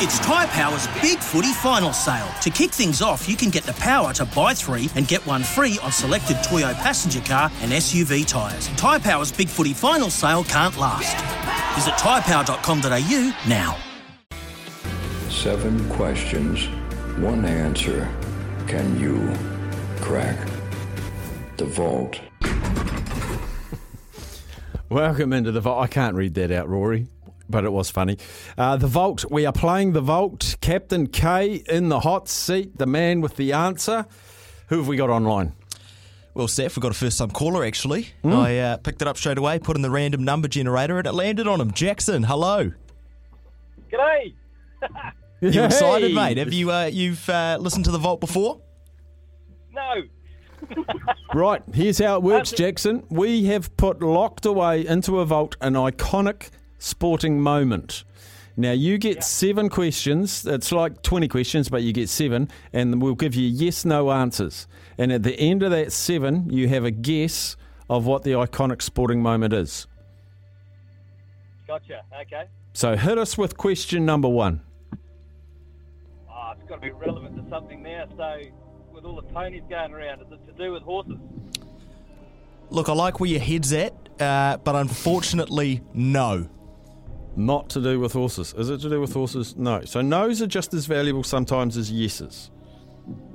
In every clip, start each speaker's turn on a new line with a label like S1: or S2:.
S1: It's Tyre Power's Big Footy final sale. To kick things off, you can get the power to buy three and get one free on selected Toyo passenger car and SUV tyres. Tyre Power's Big Footy final sale can't last. Visit tyrepower.com.au now.
S2: Seven questions, one answer. Can you crack the vault?
S3: Welcome into the vault. I can't read that out, Rory, but it was funny. Uh, the vault. We are playing the vault. Captain K in the hot seat. The man with the answer. Who have we got online?
S4: Well, Steph, we got a first time caller actually. I uh, picked it up straight away, put in the random number generator, and it landed on him. Jackson, hello.
S5: G'day.
S4: You
S3: Hey.
S4: excited, mate? Have you uh, you've uh, listened to the vault before?
S5: No.
S3: Right, here's how it works, Jackson. We have put locked away into a vault an iconic sporting moment. Now, you get seven questions. It's like 20 questions, but you get seven, and we'll give you yes no answers. And at the end of that seven, you have a guess of what the iconic sporting moment is.
S5: Gotcha. Okay.
S3: So hit us with question number one.
S5: Ah, it's got to be relevant to something now. So, with all the ponies going around, is it to do with horses?
S4: Look, I like where your head's at, uh, but unfortunately, no.
S3: Not to do with horses. Is it to do with horses? No. So no's are just as valuable sometimes as yeses.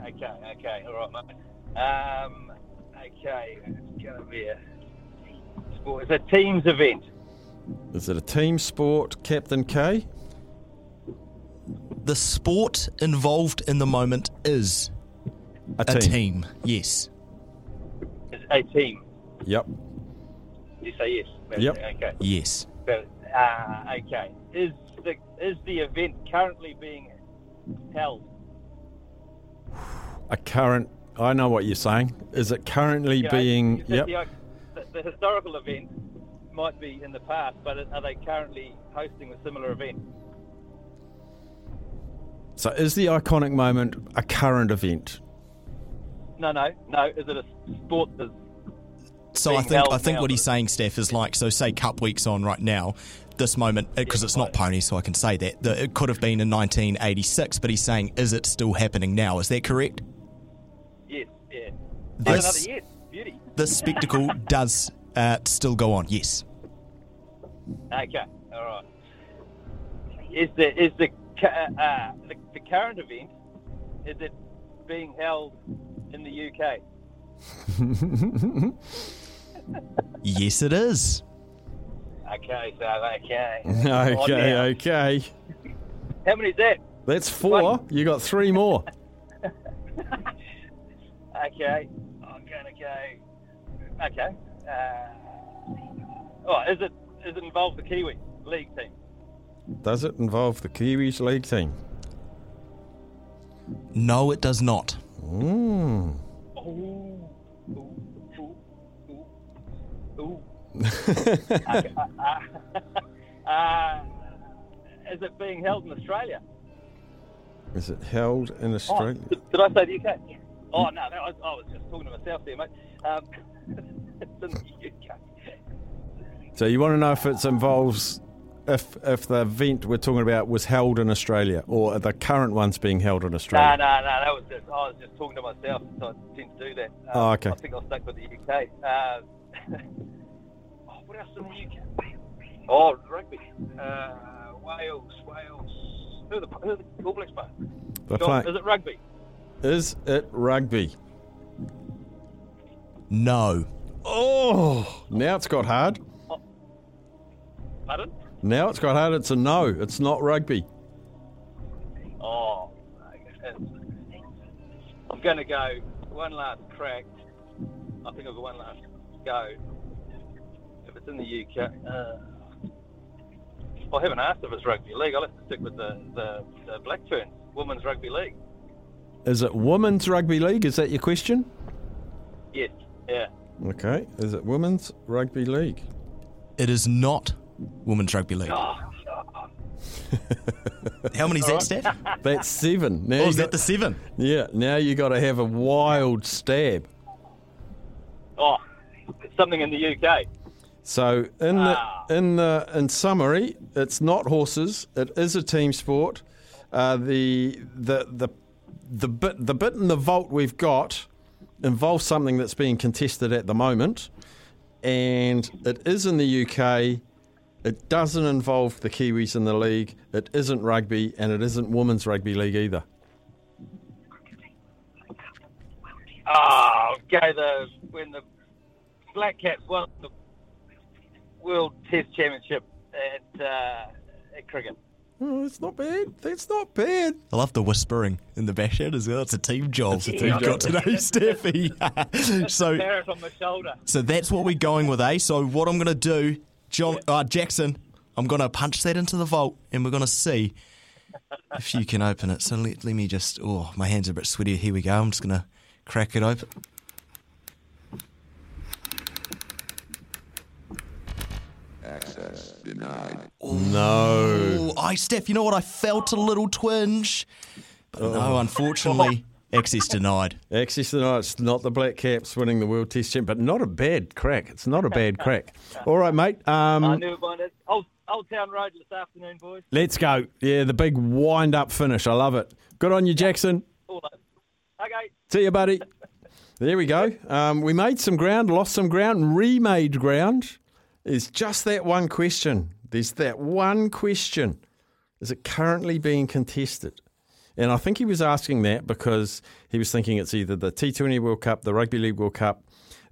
S5: Okay. Okay. All right, mate. Um, okay. It's going to be a sport. It's a teams event.
S3: Is it a team sport, Captain K?
S4: The sport involved in the moment is a team. Yes.
S5: It's a team.
S3: Yep.
S5: You say yes.
S3: Yep.
S5: Okay.
S4: Yes.
S5: So, ah, okay. Is the is the event currently being held?
S3: A current. I know what you're saying. Is it currently
S5: You know,
S3: being?
S5: you said
S3: Yep.
S5: The, the historical event might be in the past, but are they currently hosting a similar event?
S3: So is the iconic moment a current event?
S5: No, no, no. Is it a sport? Is,
S4: So
S5: being
S4: I think
S5: held
S4: I think
S5: now.
S4: what he's saying, Steph, is like so. Say Cup Week's on right now. This moment, because it's not pony, so I can say that the, it could have been in 1986. But he's saying, is it still happening now? Is that correct?
S5: yes, yeah. There's
S4: This
S5: another yes. Beauty.
S4: this spectacle does uh, still go on. Yes.
S5: Okay, all right. Is the is the cu- uh, uh, the, the current event? Is it being held in the UK?
S4: Yes, it is.
S5: Okay, so okay. On
S3: Okay.
S5: now.
S3: Okay.
S5: How many is that?
S3: That's four. You got three more.
S5: Okay, I'm gonna go. Okay. Uh, oh, is it is it involve the Kiwi league team?
S3: Does it involve the Kiwis league team?
S4: No, it does not.
S3: Mm.
S5: Ooh, ooh, ooh, ooh, ooh. okay. uh, uh, is it being held in Australia?
S3: Is it held in
S5: Oh,
S3: Australia?
S5: did, did I say the UK? Oh, no, no I, I was just talking to myself there, mate. Um, it's in the UK.
S3: So you want to know if it involves if if the event we're talking about was held in Australia or are the current one's being held in
S5: No, no, no,
S3: Australia?
S5: that was just, I was just talking to myself, so I tend to do that. Um,
S3: Oh, okay.
S5: I think I'll stick with the UK. Uh, oh, what else in the UK? Oh, rugby. Uh, Wales, Wales. Who are the, who are the All Blacks playing?
S3: They're
S5: John,
S3: playing-
S5: Is it rugby?
S3: Is it rugby?
S4: No.
S3: Oh, now it's got hard.
S5: Pardon?
S3: Now it's got hard. It's a no. It's not rugby.
S5: Oh, I'm going to go one last crack. I think I've got one last go. If it's in the UK, uh, I haven't asked if it's rugby league. I'll have to stick with the, the, the Blackburn Women's Rugby League.
S3: Is it women's rugby league? Is that your question?
S5: Yes, yeah.
S3: Okay. Is it women's rugby league?
S4: It is not women's rugby league.
S5: Oh,
S4: How many's that stat?
S3: That's seven. Now
S4: Oh,
S3: you
S4: is
S3: got,
S4: that the seven?
S3: yeah. Now you got to have a wild stab.
S5: Oh, it's something in the UK.
S3: So in the in the in summary, it's not horses. It is a team sport. Uh, the the the the bit the bit in the vault we've got involves something that's being contested at the moment, and it is in the UK. It doesn't involve the Kiwis in the league. It isn't rugby, and it isn't women's rugby league either.
S5: Oh, go the when the Black Caps won the World Test Championship at, uh, at cricket.
S3: Oh, it's not bad. That's not bad.
S4: I love the whispering in the bash out as well. It's a team job. It's a
S3: team
S4: got today, Steffi. so
S5: Parrot on my shoulder.
S4: So that's what we're going with, eh? So what I'm going to do, John uh, Jackson, I'm going to punch that into the vault, and we're going to see if you can open it. So let, let me just. Oh, my hands are a bit sweaty. Here we go. I'm just going to crack it open.
S3: No.
S4: Oh, I Steph, you know what? I felt a little twinge, but no, unfortunately, access denied.
S3: Access tonight. It's not the Black Caps winning the World Test Champ, but not a bad crack. It's not a bad crack. All right, mate.
S5: I
S3: Um,
S5: knew about it. Old, Old Town Road this afternoon, boys.
S3: let's go. Yeah, the big wind up finish. I love it. Good on you, Jackson.
S5: All over. Okay.
S3: See you, buddy. There we go. Um, we made some ground, lost some ground, and remade ground. It's just that one question. There's that one question. Is it currently being contested? And I think he was asking that because he was thinking it's either the T20 World Cup, the Rugby League World Cup,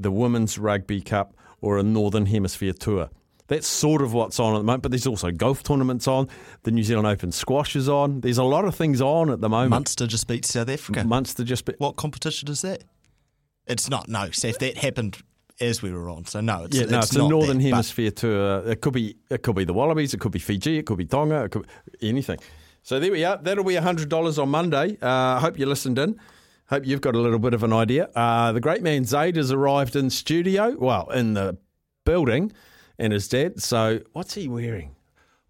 S3: the Women's Rugby Cup, or a Northern Hemisphere tour. That's sort of what's on at the moment, but there's also golf tournaments on. The New Zealand Open squash is on. There's a lot of things on at the moment.
S4: Munster just beat South Africa.
S3: Munster just bit.
S4: what competition is that? It's not. No, Steph, that happened as we were on. So no, it's
S3: Yeah, no, it's, a
S4: not
S3: northern
S4: that, but-
S3: hemisphere tour. It could be it could be the Wallabies, it could be Fiji, it could be Tonga, it could be anything. So there we are. That'll be hundred dollars on Monday. Uh, I hope you listened in. Hope you've got a little bit of an idea. Uh, the great man Zaid has arrived in studio, well, in the building, and his dad. So what's he wearing?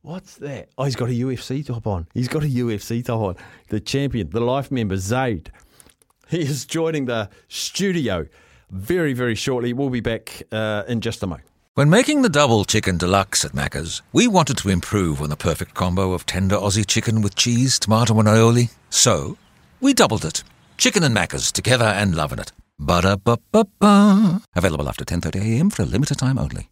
S3: What's that? Oh, he's got a UFC top on. He's got a UFC top on. The champion, the life member, Zaid. He is joining the studio very, very shortly. We'll be back uh, in just a moment.
S6: When making the double chicken deluxe at Macca's, we wanted to improve on the perfect combo of tender Aussie chicken with cheese, tomato, and aioli. So, we doubled it. Chicken and Macca's together and loving it. Ba da ba ba ba. Available after 10:30 a.m. for a limited time only.